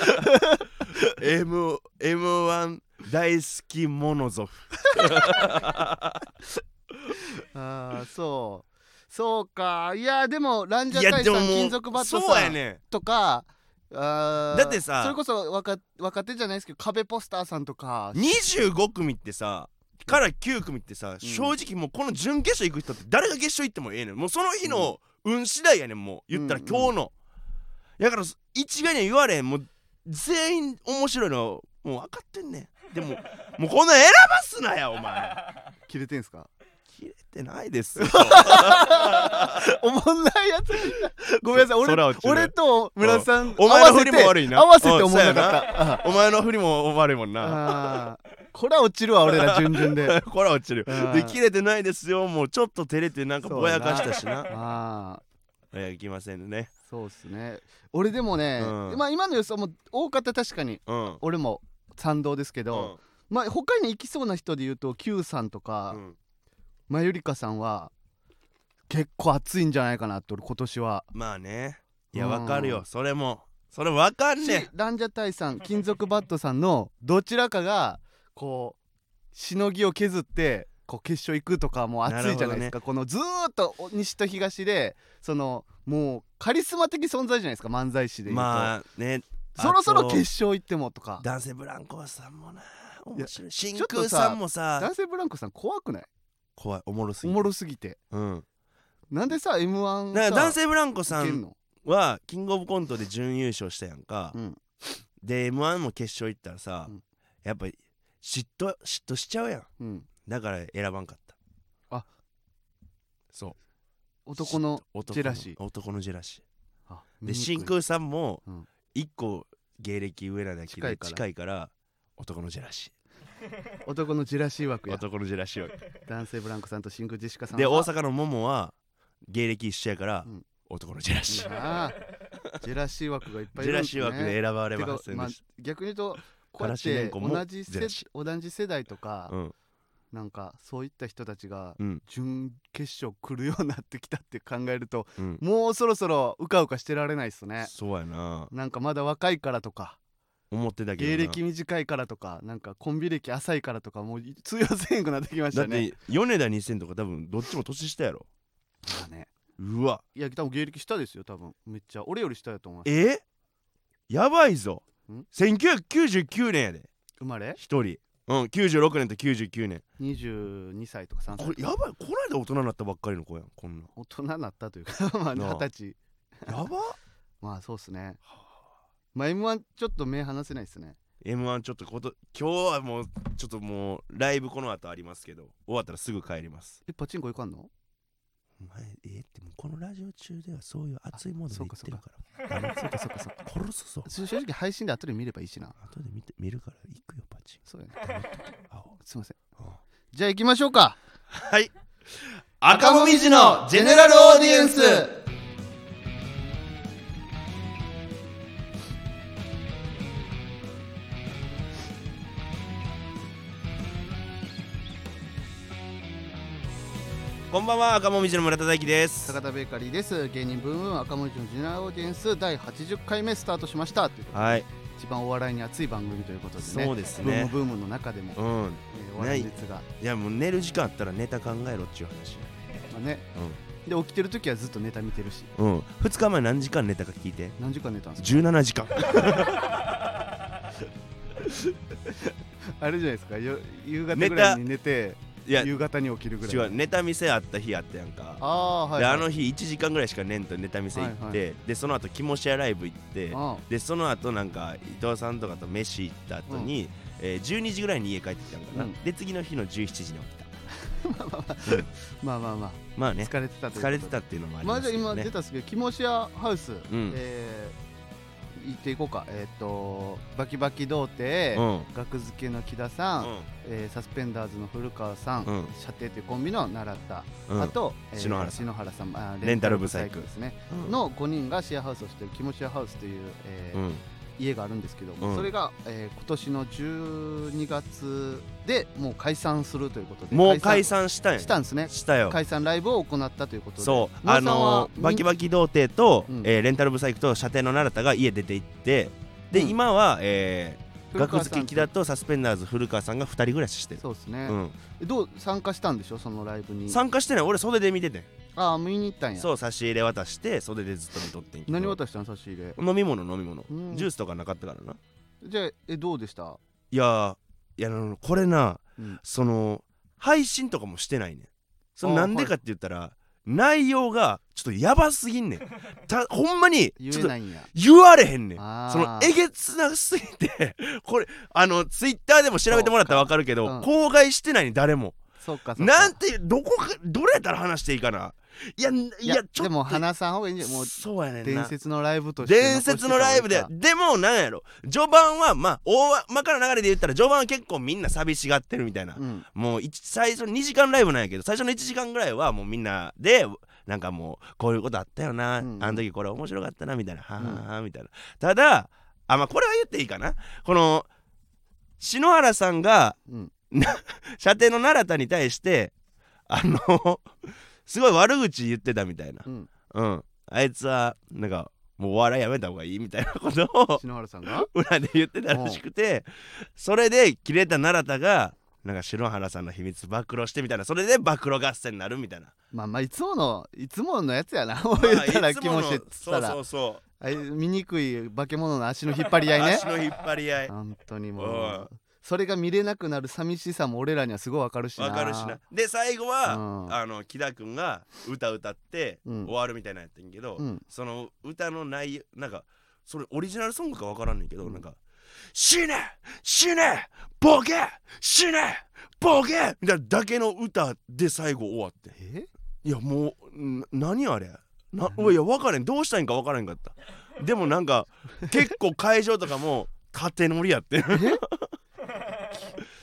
Speaker 1: (laughs) M M1 大好きモノゾフ
Speaker 2: ああそうそうかいやでもランジ
Speaker 1: い
Speaker 2: ャ
Speaker 1: や
Speaker 2: タイ
Speaker 1: で
Speaker 2: さ
Speaker 1: もも
Speaker 2: ん金属バ
Speaker 1: う
Speaker 2: ット
Speaker 1: そう
Speaker 2: さ
Speaker 1: や
Speaker 2: ん
Speaker 1: ねん
Speaker 2: とかあー
Speaker 1: だってさ
Speaker 2: それこそ若若手じゃないですけど壁ポスターさんとか
Speaker 1: 25組ってさから9組ってさ、正直もうこの準決勝行く人って誰が決勝行ってもええねんもうその日の運次第やねんもう言ったら
Speaker 2: うんうん
Speaker 1: 今日の、だから一概には言われへんもう全員面白いのはもう分かってんねんで
Speaker 2: (laughs)
Speaker 1: ももうこんなん選ばすなやお前
Speaker 2: 切れてんすか
Speaker 1: 切れてないですよ
Speaker 2: (laughs) おもんないやつみんなごめんなさい
Speaker 1: そ
Speaker 2: 俺
Speaker 1: 空を散る
Speaker 2: 俺と村田さん
Speaker 1: お前
Speaker 2: 合
Speaker 1: の
Speaker 2: わ
Speaker 1: 振
Speaker 2: せ
Speaker 1: り
Speaker 2: て
Speaker 1: も悪いな
Speaker 2: 合わせて思んなかったあ
Speaker 1: お前の振りも悪いもんな
Speaker 2: あー (laughs) これは落ちるわ俺ら順々 (laughs) で
Speaker 1: (laughs) これは落ちる
Speaker 2: うん
Speaker 1: で切れてないですよもうちょっと照れてなんかぼやかしたし
Speaker 2: (laughs)
Speaker 1: な
Speaker 2: ああ
Speaker 1: いやいきませんね
Speaker 2: そうっすね俺でもね、
Speaker 1: うん
Speaker 2: まあ今の予想も多かった確かに
Speaker 1: うんうん
Speaker 2: 俺も賛同ですけど、まあ他に行きそうな人で言うと Q さんとか、
Speaker 1: うん
Speaker 2: まゆりかさんは結構熱いんじゃないかなって俺今年は、
Speaker 1: まあねいや
Speaker 2: うん
Speaker 1: わかるよそれもそれもわかんね
Speaker 2: しランジャタイさん金属バットさんのどちらかがこうしのぎを削ってこう決勝行くとかもう熱いじゃないですか、このずーっと西と東でそのもうカリスマ的存在じゃないですか漫才師で言うと、
Speaker 1: まあね
Speaker 2: そろそろ
Speaker 1: あと
Speaker 2: 決勝行ってもとか
Speaker 1: 男性ブランコさんもな面白い真
Speaker 2: ちょっ
Speaker 1: 空
Speaker 2: とさ
Speaker 1: さんもさ
Speaker 2: 男性ブランコさん怖くない
Speaker 1: 怖いおもろす
Speaker 2: お
Speaker 1: ぎ
Speaker 2: も
Speaker 1: る
Speaker 2: ろすぎて
Speaker 1: うん
Speaker 2: なんでさ m 1
Speaker 1: だから男性ブランコさ
Speaker 2: いけ
Speaker 1: ん
Speaker 2: の、
Speaker 1: はキングオブコントで準優勝したやんか
Speaker 2: うん、
Speaker 1: で m 1も決勝行ったらさ
Speaker 2: うん
Speaker 1: やっぱ嫉妬嫉妬しちゃうやん
Speaker 2: うん、
Speaker 1: だから選ばんかった
Speaker 2: あ
Speaker 1: そう
Speaker 2: 男の
Speaker 1: 男の
Speaker 2: ジェラシー
Speaker 1: 男のジェラシ
Speaker 2: あ
Speaker 1: ーで
Speaker 2: 見に
Speaker 1: 真
Speaker 2: くい
Speaker 1: 空さんも
Speaker 2: うん
Speaker 1: 一個芸歴上なだけ
Speaker 2: 近
Speaker 1: で
Speaker 2: いから
Speaker 1: 近いから男のジェラシ
Speaker 2: 男のジェラシー枠
Speaker 1: ー
Speaker 2: や
Speaker 1: 男のジェラシーは
Speaker 2: 男性ブランコさんと真空ジェシカさんは
Speaker 1: で大阪のモモは芸歴一緒やから
Speaker 2: うん
Speaker 1: 男のジェラシー
Speaker 2: なあジェラシー枠がいっぱい
Speaker 1: (laughs)
Speaker 2: い
Speaker 1: ジェ
Speaker 2: るん
Speaker 1: ラ
Speaker 2: です
Speaker 1: シ
Speaker 2: ね
Speaker 1: ー枠で選ばれま
Speaker 2: て
Speaker 1: せ
Speaker 2: か
Speaker 1: ん
Speaker 2: まあ
Speaker 1: でし
Speaker 2: 逆に言うとこうやっ
Speaker 1: カラシレン
Speaker 2: て
Speaker 1: コも
Speaker 2: 同じ
Speaker 1: ジェ
Speaker 2: 世
Speaker 1: ラシ
Speaker 2: 同じ世代とか
Speaker 1: た、うん
Speaker 2: なんかそういった人たちが
Speaker 1: うん
Speaker 2: 準決勝来るようになってきたって考えると
Speaker 1: うん
Speaker 2: もうそろそろうかうかしてられないっすね
Speaker 1: そうやな
Speaker 2: なんかまだ若いからとか
Speaker 1: 思ってたけどな
Speaker 2: 芸歴短いからとかなんかコンビ歴浅いからとかもう通用せんくなってきまし
Speaker 1: だ
Speaker 2: た
Speaker 1: っ
Speaker 2: ね
Speaker 1: て米田2000とか多分どっちも年下やろ
Speaker 2: まあね
Speaker 1: うわ
Speaker 2: いや多分芸歴下ですよ多分めっちゃ俺より下だと思います
Speaker 1: えやばいぞ
Speaker 2: ん
Speaker 1: 1999年やで
Speaker 2: 生まれ
Speaker 1: 一人うん96年と99年
Speaker 2: 22歳とか3歳
Speaker 1: これやばいこの間大人になったばっかりの子やんこんなん
Speaker 2: 大人になったというか (laughs) まあ
Speaker 1: なあ
Speaker 2: 二十歳
Speaker 1: やば
Speaker 2: まあそうっすねまあ m 1ちょっと目離せないっすね
Speaker 1: m 1ちょっとこと今日はもうちょっともうライブこの後ありますけど終わったらすぐ帰ります
Speaker 2: えパチンコ行かんの
Speaker 1: お前ええってもうこのラジオ中ではそういう熱いもので
Speaker 2: そう
Speaker 1: 言
Speaker 2: か
Speaker 1: っ
Speaker 2: そ
Speaker 1: て
Speaker 2: う
Speaker 1: る
Speaker 2: か
Speaker 1: からあのそうかそうかそうか殺すぞ
Speaker 2: 正直配信で後で見ればいいしな
Speaker 1: 後で見て見るから行くよパチン
Speaker 2: そうやね
Speaker 1: 青
Speaker 2: すいません
Speaker 1: うん
Speaker 2: じゃあ行きましょうか
Speaker 1: はい赤もみじのジェネラルオーディエンスこんばんは赤もみじの村田大樹です
Speaker 2: 坂田ベーカリーです芸人ブームブーン赤文字のジェネラルオーディエンス第80回目スタートしましたということで
Speaker 1: はい
Speaker 2: 一番お笑いに熱い番組ということでね
Speaker 1: そうですね
Speaker 2: ブームブームの中でも、
Speaker 1: うん
Speaker 2: えーお笑い熱が、
Speaker 1: いやもう寝る時間あったらネタ考えろっちゅう話
Speaker 2: まあねで起きてる時はずっとネタ見てるし
Speaker 1: うん、うん、2日前何時間寝たか聞いて
Speaker 2: 何時間寝たんですか
Speaker 1: 17時間
Speaker 2: あれじゃないですかよ夕方
Speaker 1: 寝た
Speaker 2: ぐらいに寝て
Speaker 1: いや違
Speaker 2: 夕方に起きるぐらいう
Speaker 1: ネタ見せあった日あったやんか
Speaker 2: ああーはい、
Speaker 1: で
Speaker 2: はい、
Speaker 1: あの日1時間ぐらいしかねんとネタ見せ行って、
Speaker 2: はい
Speaker 1: でその後キモシアライブ行って
Speaker 2: あ
Speaker 1: でその後なんか伊藤さんとかと飯行った後に、えー12時ぐらいに家帰ってきたんかな、
Speaker 2: うん
Speaker 1: で次の日の17時に起きた
Speaker 2: あまあまあまあ、
Speaker 1: まあね
Speaker 2: 疲れてたということ
Speaker 1: 疲
Speaker 2: で
Speaker 1: れてたっていうのもあり
Speaker 2: ま
Speaker 1: ます
Speaker 2: あじゃあ
Speaker 1: けど
Speaker 2: 今
Speaker 1: ね
Speaker 2: 出たっすけどキモシアハウス、
Speaker 1: ん
Speaker 2: えー言っていこうかえっ、とバキバキ童貞、
Speaker 1: うん
Speaker 2: 学付けの木田さん、えーサスペンダーズの古川さん、
Speaker 1: うん
Speaker 2: 射程というコンビの習った、
Speaker 1: うん
Speaker 2: あと、えー
Speaker 1: 篠原さん
Speaker 2: 篠原さんあー
Speaker 1: レンタルブサイク
Speaker 2: ですね、
Speaker 1: うん
Speaker 2: の5人がシェアハウスをしているキムシェアハウスという、えー
Speaker 1: うん
Speaker 2: 家があるんですけども、
Speaker 1: うん
Speaker 2: それが、えー今年の12月でもう解散するということで
Speaker 1: もう解散したんや
Speaker 2: したんですね
Speaker 1: したよ
Speaker 2: 解散ライブを行ったということで
Speaker 1: そう
Speaker 2: 野
Speaker 1: あ
Speaker 2: 田さんは
Speaker 1: のーバキバキ童貞と、
Speaker 2: うん
Speaker 1: えーレンタルブサイクと射程の奈良田が家出て行ってで、
Speaker 2: うん
Speaker 1: 今は、えー、
Speaker 2: 古
Speaker 1: 学
Speaker 2: 川さん
Speaker 1: 付き木田とサスペンダーズ古川さんが2人暮らししてる
Speaker 2: そうですね
Speaker 1: う、ん、
Speaker 2: どう参加したんでしょそのライブに
Speaker 1: 参加してない俺袖で見ててん
Speaker 2: ああ見に行ったんや
Speaker 1: そう差し入れ渡して袖でずっと見とってんけど
Speaker 2: 何渡したの差し入れ
Speaker 1: 飲み物飲み物、
Speaker 2: うん
Speaker 1: ジュースとかなかったからな
Speaker 2: じゃあえどうでした、
Speaker 1: いやーいやあのこれな
Speaker 2: うん
Speaker 1: その配信とかもしてないねんそれ
Speaker 2: あー
Speaker 1: なんでかって言ったら、内容がちょっとやばすぎんねんたほんまに
Speaker 2: 言
Speaker 1: ちょっ
Speaker 2: え
Speaker 1: と
Speaker 2: ないんや
Speaker 1: 言われへんねん
Speaker 2: あー
Speaker 1: そのえげつなすぎて (laughs) これあのツイッターでも調べてもらったら分かるけど、
Speaker 2: そうか
Speaker 1: 公害してないね誰も
Speaker 2: そっかそっか
Speaker 1: なんてどこかどれやったら話していいかないやい
Speaker 2: い
Speaker 1: や
Speaker 2: や
Speaker 1: ちょっと
Speaker 2: でも話さん方がいいんじゃないもう
Speaker 1: そうやねん
Speaker 2: 伝
Speaker 1: な
Speaker 2: 説のライブとして
Speaker 1: 伝説のライブで
Speaker 2: 残して
Speaker 1: でもなんやろ序盤はまあ大まかな流れで言ったら序盤は結構みんな寂しがってるみたいな、
Speaker 2: たうん
Speaker 1: もう一最初2時間ライブなんやけど最初の1時間ぐらいはもうみんなでなんかもうこういうことあったよな、
Speaker 2: うん
Speaker 1: あの時これ面白かったなみたいな、はははみたいなただあまあこれは言っていいかなこの篠原さんが
Speaker 2: うん
Speaker 1: 射程の奈良田に対してあのすごい悪口言ってたみたいな
Speaker 2: うん
Speaker 1: うんあいつはなんかもうお笑いやめた方がいいみたいなことを
Speaker 2: 篠原さんが
Speaker 1: 裏で言ってたらしくてそれで切れた奈良田がなんか篠原さんの秘密暴露してみたいなそれで暴露合戦になるみたいな
Speaker 2: まあまあいつものいつものやつやなもう言った
Speaker 1: まあ
Speaker 2: ら
Speaker 1: いつ
Speaker 2: 気
Speaker 1: も
Speaker 2: 持
Speaker 1: の
Speaker 2: ちっつったら
Speaker 1: そうそう
Speaker 2: あい醜い化け物の足の引っ張り
Speaker 1: そう
Speaker 2: 合いね
Speaker 1: 足の引っ張り合い
Speaker 2: 本当にも
Speaker 1: お
Speaker 2: うそれが見れなくなる寂しさも俺らにはすごいわかるしな
Speaker 1: わかるしなで最後は、
Speaker 2: うん
Speaker 1: あの木田君が歌歌って
Speaker 2: うん
Speaker 1: 終わるみたいなやってんけど、
Speaker 2: うん
Speaker 1: その歌の内容なんかそれオリジナルソングかわからんねんけど、
Speaker 2: うん
Speaker 1: なんか「死ね死ねボケ死ねボケ!」みたいなだけの歌で最後終わって
Speaker 2: え
Speaker 1: いやもうん何あれな
Speaker 2: 何
Speaker 1: おいいや分からへんどうしたいんか分からへんかったでもなん
Speaker 2: (laughs)
Speaker 1: か結構会場とかも縦乗りやって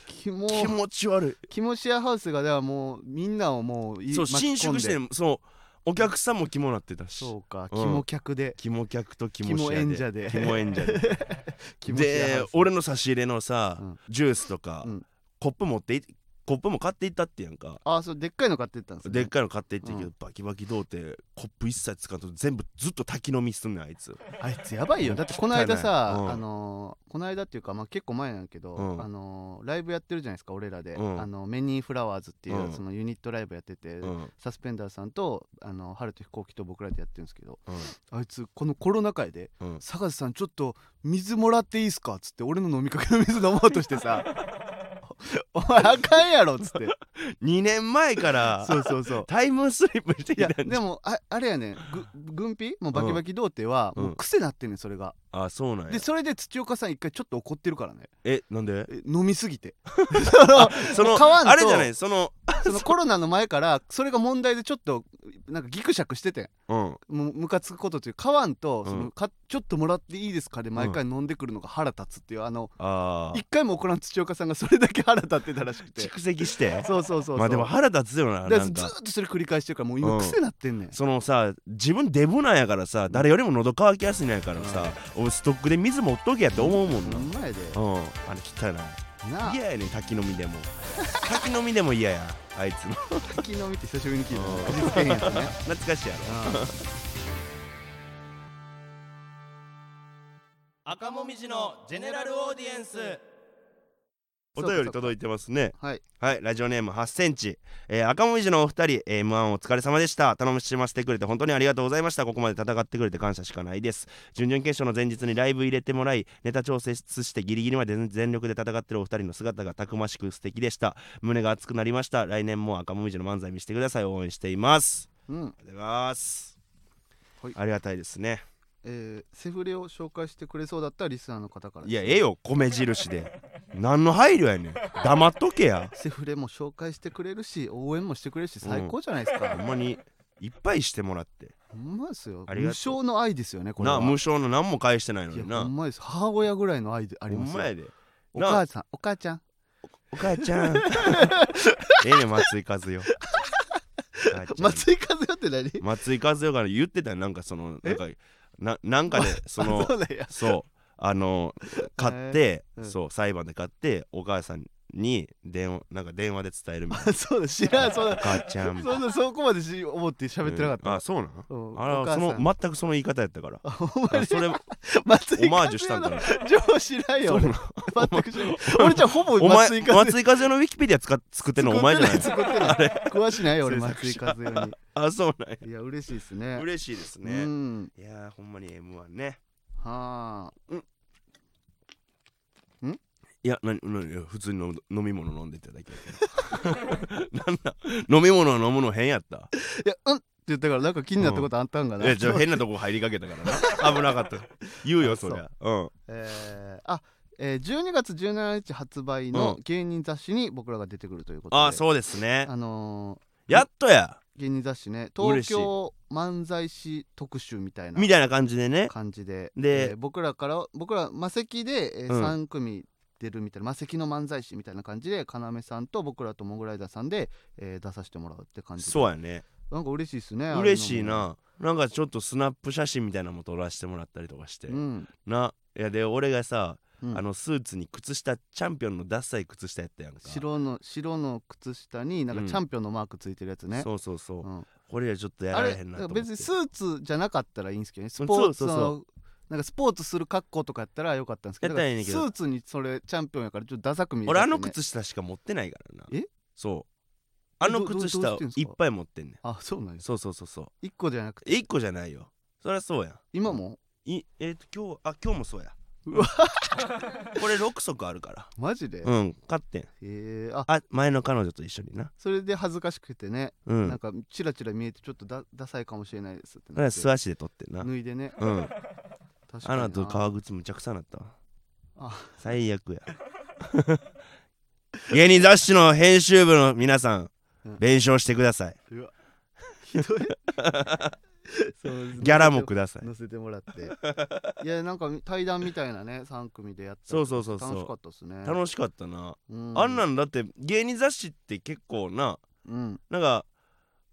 Speaker 2: 気も
Speaker 1: 気持ち悪
Speaker 2: 気持ちやハウスがではもうみんなをもう
Speaker 1: い
Speaker 2: い
Speaker 1: そう
Speaker 2: 巻き込
Speaker 1: 伸
Speaker 2: ん
Speaker 1: 縮
Speaker 2: で
Speaker 1: してるそうお客さんも肝なってたし
Speaker 2: そうか
Speaker 1: うん
Speaker 2: 肝客で
Speaker 1: 肝客と肝
Speaker 2: 肝演者
Speaker 1: 者
Speaker 2: で
Speaker 1: で肝演者で
Speaker 2: (laughs) キモシェアハ
Speaker 1: で
Speaker 2: ウス
Speaker 1: 俺の差し入れのさ、
Speaker 2: うん
Speaker 1: ジュースとか、
Speaker 2: うん
Speaker 1: コップ持っていコップも買っていったってやんか
Speaker 2: あそうでっかいの買ってったんですね
Speaker 1: でっかいの買っていってんけど、
Speaker 2: う
Speaker 1: バキバキ童貞コップ一切使うと全部ずっと滝飲みすんねんあいつ
Speaker 2: (laughs) あいつやばいよだってこの間さ、
Speaker 1: 汚いうん
Speaker 2: あのーこの間っていうか、まあ、結構前なんやけど、
Speaker 1: うん
Speaker 2: あのーライブやってるじゃないですか俺らで、
Speaker 1: うん
Speaker 2: あのメニーフラワーズっていう、
Speaker 1: うん
Speaker 2: そのユニットライブやってて、
Speaker 1: うんうん
Speaker 2: サスペンダーさんとあの春と飛行機と僕らでやってるんですけどあいつこのコロナ禍で
Speaker 1: うん
Speaker 2: 「坂田さんちょっと水もらっていいっすか?」っつって俺の飲みかけの水飲もうとし
Speaker 1: (laughs)
Speaker 2: てさ「お前あかんやろ」っつって
Speaker 1: 2年前から
Speaker 2: (laughs) そうそうそう
Speaker 1: タイムスリップして
Speaker 2: い
Speaker 1: き
Speaker 2: や
Speaker 1: たんじ
Speaker 2: で
Speaker 1: ゃん
Speaker 2: もああれやねぐ軍備もうバキバキ童貞は
Speaker 1: うん
Speaker 2: もう癖なってんねんそれが、
Speaker 1: あそうなんや
Speaker 2: でそれで土岡さん一回ちょっと怒ってるからね
Speaker 1: えなんで
Speaker 2: え飲みすぎ
Speaker 1: (laughs)
Speaker 2: てその
Speaker 1: その
Speaker 2: 買わんと
Speaker 1: あれじゃないその
Speaker 2: そのコロナの前からそれが問題でちょっとなんかギクシャクしててん
Speaker 1: うん
Speaker 2: むムカつくことという買わんと、
Speaker 1: うん
Speaker 2: そのかちょっともらっていいですかで毎回飲んでくるのが腹立つっていうあの
Speaker 1: あー
Speaker 2: 一回も怒らん土岡さんがそれだけ腹立ってたらしくて
Speaker 1: 蓄積して
Speaker 2: そうそうそうそう
Speaker 1: まあでも腹立つよなな
Speaker 2: だから
Speaker 1: ん
Speaker 2: ず
Speaker 1: か
Speaker 2: ーっとそれ繰り返してるからもう
Speaker 1: う
Speaker 2: 今
Speaker 1: ん
Speaker 2: 癖なってんねん、
Speaker 1: そのさ自分デブなんやからさ誰よりも喉乾きやすいなんやからさ俺ストックで水持っとけやって思うもんな
Speaker 2: 前で
Speaker 1: うんあれ汚い
Speaker 2: なあ
Speaker 1: 嫌やねん滝飲み
Speaker 2: (laughs)
Speaker 1: でも滝飲みでも嫌やあいつの
Speaker 2: 昨日見て久しぶりに聞いた
Speaker 1: うん
Speaker 2: 味付けへんやつね
Speaker 1: 懐かしいやろ赤もみじのジェネラルオーディエンスお便り届いてますね (laughs)
Speaker 2: はい
Speaker 1: はい、ラジオネーム8センチ、えー赤もみじのお二人、えー M1 お疲れ様でした。頼みしましてくれて本当にありがとうございました。ここまで戦ってくれて感謝しかないです。準々決勝の前日にライブ入れてもらい、ネタ調整してギリギリまで全力で戦ってるお二人の姿がたくましく素敵でした。胸が熱くなりました。来年も赤もみじの漫才見せてください。応援しています。
Speaker 2: う
Speaker 1: あ
Speaker 2: ん
Speaker 1: りがとうございます。
Speaker 2: はい
Speaker 1: ありがたいですね。
Speaker 2: えーセフレを紹介してくれそうだったリスナーの方から
Speaker 1: いや、ええよ、米印で。何の配慮やねん。黙っとけや。
Speaker 2: セフレも紹介してくれるし応援もしてくれるし最高じゃないですか、
Speaker 1: ほんまにいっぱいしてもらって
Speaker 2: ほんまですよ
Speaker 1: (laughs) ありがとう
Speaker 2: 無償の愛ですよねこれ
Speaker 1: な
Speaker 2: は
Speaker 1: 無償の何も返してないの
Speaker 2: い
Speaker 1: に
Speaker 2: やほ
Speaker 1: なん
Speaker 2: まです母親ぐらいの愛であ
Speaker 1: ほ
Speaker 2: りま
Speaker 1: ん
Speaker 2: す
Speaker 1: ま
Speaker 2: よ
Speaker 1: やで
Speaker 2: お
Speaker 1: な
Speaker 2: 母さんお母ちゃん
Speaker 1: お母ち
Speaker 2: (laughs)
Speaker 1: ゃんええね松井和代
Speaker 2: 松井和代って何
Speaker 1: 松井和代から言ってたよなんかそのなんかななんかで
Speaker 2: (laughs)
Speaker 1: その
Speaker 2: あそうだよ
Speaker 1: そうあの買って、
Speaker 2: うん
Speaker 1: そう裁判で買ってお母さんに電話なんか電話で伝えるみたい
Speaker 2: あそうだ知ら
Speaker 1: (laughs)
Speaker 2: んそん
Speaker 1: な
Speaker 2: な
Speaker 1: お母ちゃんみたい
Speaker 2: (laughs) そんなそこまでし思って喋ってなかった、
Speaker 1: うんあそうなの
Speaker 2: うん
Speaker 1: あら
Speaker 2: お母さ
Speaker 1: そ
Speaker 2: ん
Speaker 1: の全くその言い方やったから
Speaker 2: (laughs) あ (laughs) ほんまに
Speaker 1: それオ
Speaker 2: 松井
Speaker 1: マージュしたんか
Speaker 2: (laughs)
Speaker 1: な
Speaker 2: 和代の上司ないよ
Speaker 1: そうな
Speaker 2: 俺
Speaker 1: の
Speaker 2: 全く知らん俺じゃあほぼ
Speaker 1: お前
Speaker 2: 松井和代
Speaker 1: 松井和代のウィキペディア使っ作ってんのお前じゃ
Speaker 2: (laughs)
Speaker 1: ない
Speaker 2: 作ってない作ってない詳しないよ俺
Speaker 1: 制作
Speaker 2: 松井和代に
Speaker 1: あそうなん
Speaker 2: いや嬉しいですね
Speaker 1: や嬉しいです
Speaker 2: う
Speaker 1: ね
Speaker 2: ん
Speaker 1: いやーほんまに M1 ね
Speaker 2: はあ
Speaker 1: いや、なに、なに、いや普通に飲む飲み物飲んでいただけ。 (laughs) なんだ、飲み物飲むの変や
Speaker 2: (laughs)
Speaker 1: った。
Speaker 2: いやうんって言ったからなんか気になったことあったんかな、
Speaker 1: え、ちょ、変なとこ入りかけたからな。危なかった。言うよ、そりゃ。うん。
Speaker 2: えーあえー12月17日発売の
Speaker 1: う
Speaker 2: 芸人雑誌に僕らが出てくるということで、
Speaker 1: あ、そうですね。
Speaker 2: あの
Speaker 1: やっとや。
Speaker 2: ー芸人雑誌ね
Speaker 1: 嬉
Speaker 2: 東
Speaker 1: しい
Speaker 2: 京漫才師特集みたいな
Speaker 1: みたいな感じでね。
Speaker 2: (laughs) 感じで
Speaker 1: で
Speaker 2: えー僕らから僕ら魔石で、え
Speaker 1: うん
Speaker 2: 3組出るみたいな魔石の漫才師みたいな感じで要さんと僕らとモグライダーさんで、えー出させてもらうって感じで
Speaker 1: そうやね。
Speaker 2: なんか嬉しいですね
Speaker 1: 嬉しい
Speaker 2: あ
Speaker 1: な。なんかちょっとスナップ写真みたいなのも撮らせてもらったりとかして
Speaker 2: あいう。のも
Speaker 1: な。いや、で、俺がさ、
Speaker 2: うん、うん、
Speaker 1: あのスーツに靴下、チャンピオンのダッサい靴下やったやんか。
Speaker 2: 白の白の靴下になん
Speaker 1: う
Speaker 2: か
Speaker 1: ん
Speaker 2: チャンピオンのマークついてるやつね、
Speaker 1: そうそうそう。
Speaker 2: うん
Speaker 1: これはちょっとや
Speaker 2: あ
Speaker 1: られ
Speaker 2: れ
Speaker 1: へんなと思って。
Speaker 2: 別にスーツじゃなかったらいいんですけどねスポーツ
Speaker 1: そうそうそう
Speaker 2: そのなんかスポーツする格好とかやったらよかったんですけ
Speaker 1: や
Speaker 2: ど
Speaker 1: ったらいいねんけ
Speaker 2: ス
Speaker 1: ど
Speaker 2: ーツにそれチャンピオンやからちょっとダサく見えち
Speaker 1: 俺
Speaker 2: ゃっ
Speaker 1: あ
Speaker 2: てね
Speaker 1: の靴下しか持ってないからな
Speaker 2: え
Speaker 1: そうあの靴
Speaker 2: ど
Speaker 1: 下
Speaker 2: どどうして
Speaker 1: い
Speaker 2: ん
Speaker 1: っ
Speaker 2: すか
Speaker 1: ぱい持ってんねん
Speaker 2: あそうなんです
Speaker 1: そうそうそうそう
Speaker 2: 一個じゃなくて
Speaker 1: 1個じゃないよそりゃそうや
Speaker 2: 今も
Speaker 1: んいえっ、と今日あ今日もそうや
Speaker 2: うわ
Speaker 1: (laughs) これ6足あるから
Speaker 2: マジで、
Speaker 1: うん買ってん
Speaker 2: えー、あ
Speaker 1: あ前の彼女と一緒にな
Speaker 2: それで恥ずかしくてね、
Speaker 1: う
Speaker 2: なん
Speaker 1: ん
Speaker 2: かチラチラ見えてちょっとだダサいかもしれないですって
Speaker 1: だか
Speaker 2: な
Speaker 1: ら
Speaker 2: って
Speaker 1: 素足で撮ってんな
Speaker 2: 脱いでね
Speaker 1: うん
Speaker 2: 確か
Speaker 1: あ
Speaker 2: にな
Speaker 1: のと革靴むちゃくちゃなったわ
Speaker 2: あ
Speaker 1: 最悪や (laughs) 芸人雑誌の編集部の皆さん
Speaker 2: うん
Speaker 1: 弁償してくださいう
Speaker 2: わひどいそう
Speaker 1: ギャラもください
Speaker 2: 乗せてもらっていやなんか対談みたいなね3組でやって
Speaker 1: そうそうそうそう
Speaker 2: 楽しかったですね
Speaker 1: 楽しかったな
Speaker 2: うん
Speaker 1: あんなんだって芸人雑誌って結構な
Speaker 2: うん
Speaker 1: なんか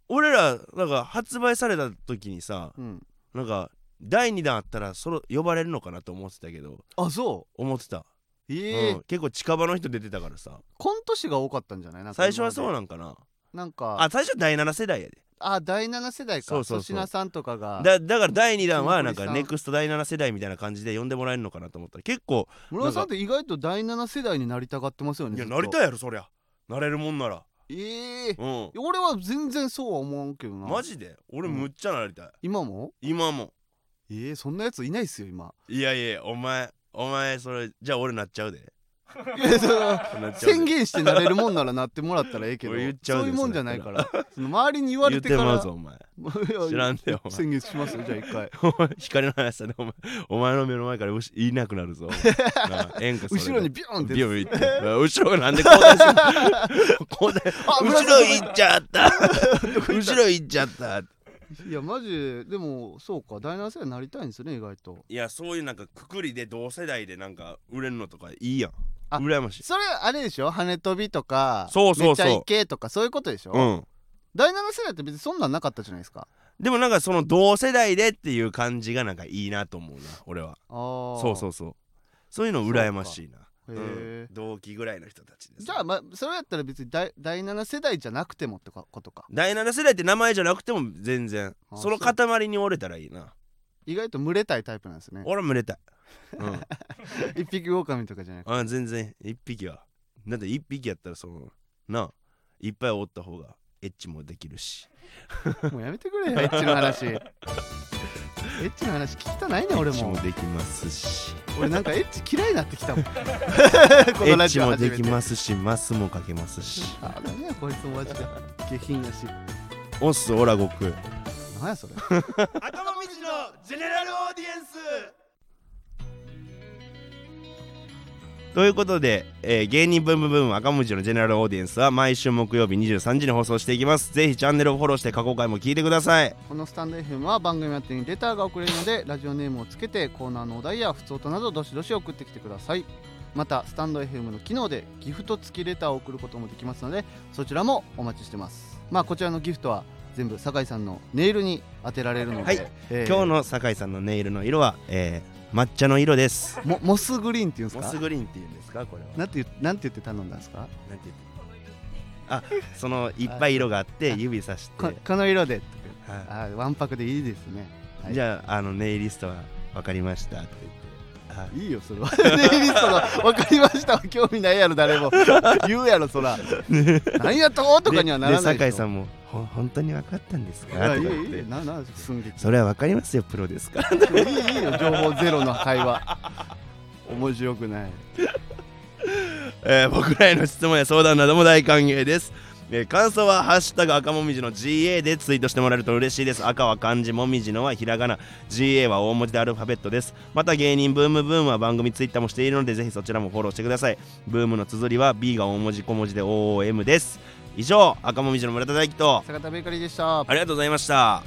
Speaker 1: 俺らなんか発売された時にさ
Speaker 2: うん
Speaker 1: なんか第2弾あったらその呼ばれるのかなと思ってたけど
Speaker 2: あそ
Speaker 1: 思ってた、
Speaker 2: うええ
Speaker 1: うん、結構近場の人出てたからさ
Speaker 2: コント師が多かったんじゃないなんか
Speaker 1: 最初はそう
Speaker 2: な
Speaker 1: なんかな
Speaker 2: なんか
Speaker 1: あ最初は第7世代やで
Speaker 2: あ第7世代か
Speaker 1: そうそうそう
Speaker 2: 粗品さんとかが
Speaker 1: だだから第2弾はなん
Speaker 2: 霜
Speaker 1: か
Speaker 2: 降りさん
Speaker 1: ネクスト第7世代みたいな感じで呼んでもらえるのかなと思ったら結構
Speaker 2: 村田さんって意外と第7世代になりたがってますよね
Speaker 1: いや
Speaker 2: ずっと
Speaker 1: なりたいやろそりゃなれるもんなら
Speaker 2: ええ
Speaker 1: うん
Speaker 2: 俺は全然そうは思わんけどな
Speaker 1: マジで俺むっちゃなりたい
Speaker 2: 今も
Speaker 1: 今も
Speaker 2: ええそんなやついないっす
Speaker 1: (laughs)
Speaker 2: よ今
Speaker 1: いやいやお前お前それじゃあ俺なっちゃうで
Speaker 2: いやそれは
Speaker 1: なっちゃうで
Speaker 2: 宣言してなれるもんならなってもらったらええけど
Speaker 1: 俺言っちゃうで
Speaker 2: そういうもんじゃないからその周りに言わ
Speaker 1: 言
Speaker 2: れ
Speaker 1: ってて
Speaker 2: か
Speaker 1: ま
Speaker 2: ら
Speaker 1: うぞお前
Speaker 2: 知
Speaker 1: 知らんで (laughs) お前
Speaker 2: 宣言しますよじゃ
Speaker 1: (laughs)
Speaker 2: あ一回
Speaker 1: お前光の話だねお前お前の目の前からうしいなくなる (laughs) ぞお前なあ演歌それ
Speaker 2: 後ろにビュンって
Speaker 1: ビュン行って後ろなんで交代するの交代
Speaker 2: あ
Speaker 1: 後ろ行っちゃった (laughs) 後ろ行っちゃった
Speaker 2: いやマジででもそうか第7世代になりたいんですね意外と
Speaker 1: いやそういうなんかくくりで同世代でなんか売れるのとかいいやん
Speaker 2: あ
Speaker 1: 羨ましい
Speaker 2: それあれでしょ跳ね飛びとか
Speaker 1: そうそうそう
Speaker 2: めちゃイケとかそういうことでしょ、
Speaker 1: うん
Speaker 2: 第7世代って別にそんなんなかったじゃないですか
Speaker 1: でもなんかその同世代でっていう感じがなんかいいなと思うな俺は
Speaker 2: ああ
Speaker 1: そうそうそうそういうの羨ましいな
Speaker 2: へ
Speaker 1: う
Speaker 2: え
Speaker 1: ん、同期ぐらいの人たちです
Speaker 2: じゃあ、まあ、それやったら別に第第7世代じゃなくてもってかことか
Speaker 1: 第7世代って名前じゃなくても全然
Speaker 2: あ
Speaker 1: その塊に折れたらいいな
Speaker 2: 意外と群れたいタイプなんですね
Speaker 1: 俺は群れたい、
Speaker 2: (laughs)
Speaker 1: うん
Speaker 2: 一匹狼とかじゃなくて
Speaker 1: あ全然一匹はだって一匹やったらそのなあいっぱいおった方がエッチもできるし (laughs)
Speaker 2: もうやめてくれよエッチの話エッチの話聞きたないね
Speaker 1: エ
Speaker 2: 俺
Speaker 1: ッチも
Speaker 2: も
Speaker 1: できますし
Speaker 2: 俺なんかエッチ嫌いになってき
Speaker 1: (laughs)
Speaker 2: たもんこ
Speaker 1: エ
Speaker 2: の
Speaker 1: ッ
Speaker 2: ラ
Speaker 1: チ
Speaker 2: ジオ
Speaker 1: も
Speaker 2: 初め
Speaker 1: で
Speaker 2: て
Speaker 1: きますしマスもかけますし
Speaker 2: あダメやこいつもマジで下品やし
Speaker 1: オスオラゴク
Speaker 2: 何やそれ
Speaker 1: 赤もみじのジェネラルオーディエンスということで、えー芸人ブームブーム赤文字のジェネラルオーディエンスは毎週木曜日23時に放送していきますぜひチャンネルをフォローして過去回も聞いてください
Speaker 2: このスタンド FM は番組宛てにレターが送れるのでラジオネームをつけてコーナーのお題や普通音などどしどし送ってきてくださいまたスタンド FM の機能でギフト付きレターを送ることもできますのでそちらもお待ちしてますまあこちらのギフトは全部酒井さんのネイルに当てられるので、
Speaker 1: はい
Speaker 2: えー
Speaker 1: 今日の酒井さんのネイルの色は、えー抹茶の色です
Speaker 2: もモスグリーンっていうんです
Speaker 1: モ
Speaker 2: か
Speaker 1: スグリーンっていうんですかこれは
Speaker 2: なんて言うなんて言って頼んだんですか
Speaker 1: なんて言ってあそのいっぱい色があって指さして、
Speaker 2: ここの色で
Speaker 1: は、
Speaker 2: あーわんぱくでいいですね、はいい、
Speaker 1: じゃああのネイリストは分かりましたって言ってはい
Speaker 2: いよそれは (laughs) ネイリストの「分かりました」は興味ないやろ
Speaker 1: (laughs)
Speaker 2: 誰も言うやろそら何やったのとかにはならない
Speaker 1: で酒井さ
Speaker 2: も
Speaker 1: んも「ほ本当に分かったんですか?」とか
Speaker 2: いやいいよ
Speaker 1: 言っ
Speaker 2: いいよ
Speaker 1: て
Speaker 2: なな寸
Speaker 1: 「
Speaker 2: 劇
Speaker 1: それは分かりますよプロですから」
Speaker 2: いいよいいよ情報ゼロの会話面白くない
Speaker 1: えー僕らへの質問や相談なども大歓迎です、えー感想は「ハッシュタグ赤もみじの GA」でツイートしてもらえると嬉しいです赤は漢字もみじのはひらがな GA は大文字でアルファベットですまた芸人ブームブームは番組ツイッターもしているのでぜひそちらもフォローしてくださいブームの綴りは B が大文字小文字で OOM です以上赤もみじの村田大樹と
Speaker 2: 坂田ベーカリーでした
Speaker 1: ありがとうございました